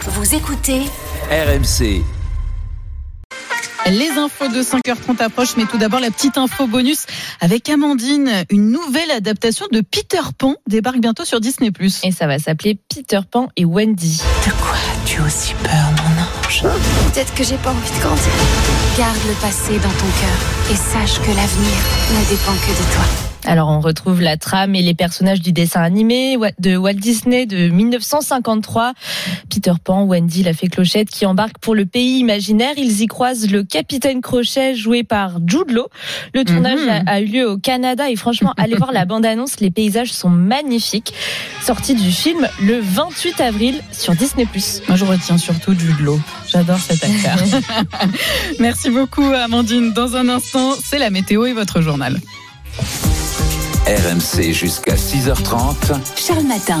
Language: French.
Vous écoutez RMC. Les infos de 5h30 approchent, mais tout d'abord la petite info bonus avec Amandine. Une nouvelle adaptation de Peter Pan débarque bientôt sur Disney+. Et ça va s'appeler Peter Pan et Wendy. De quoi as-tu aussi peur, mon ange Peut-être que j'ai pas envie de grandir. Garde le passé dans ton cœur et sache que l'avenir ne dépend que de toi. Alors on retrouve la trame et les personnages du dessin animé de Walt Disney de 1953. Peter Pan, Wendy, la fée Clochette qui embarquent pour le pays imaginaire. Ils y croisent le capitaine Crochet joué par Jude Law. Le tournage Mhm. a, a eu lieu au Canada et franchement, allez voir la bande-annonce, les paysages sont magnifiques. Sortie du film le 28 avril sur Disney+. Moi, je retiens surtout du lot. J'adore cet acteur. Merci beaucoup, Amandine. Dans un instant, c'est la météo et votre journal. RMC jusqu'à 6h30. Charles Matin.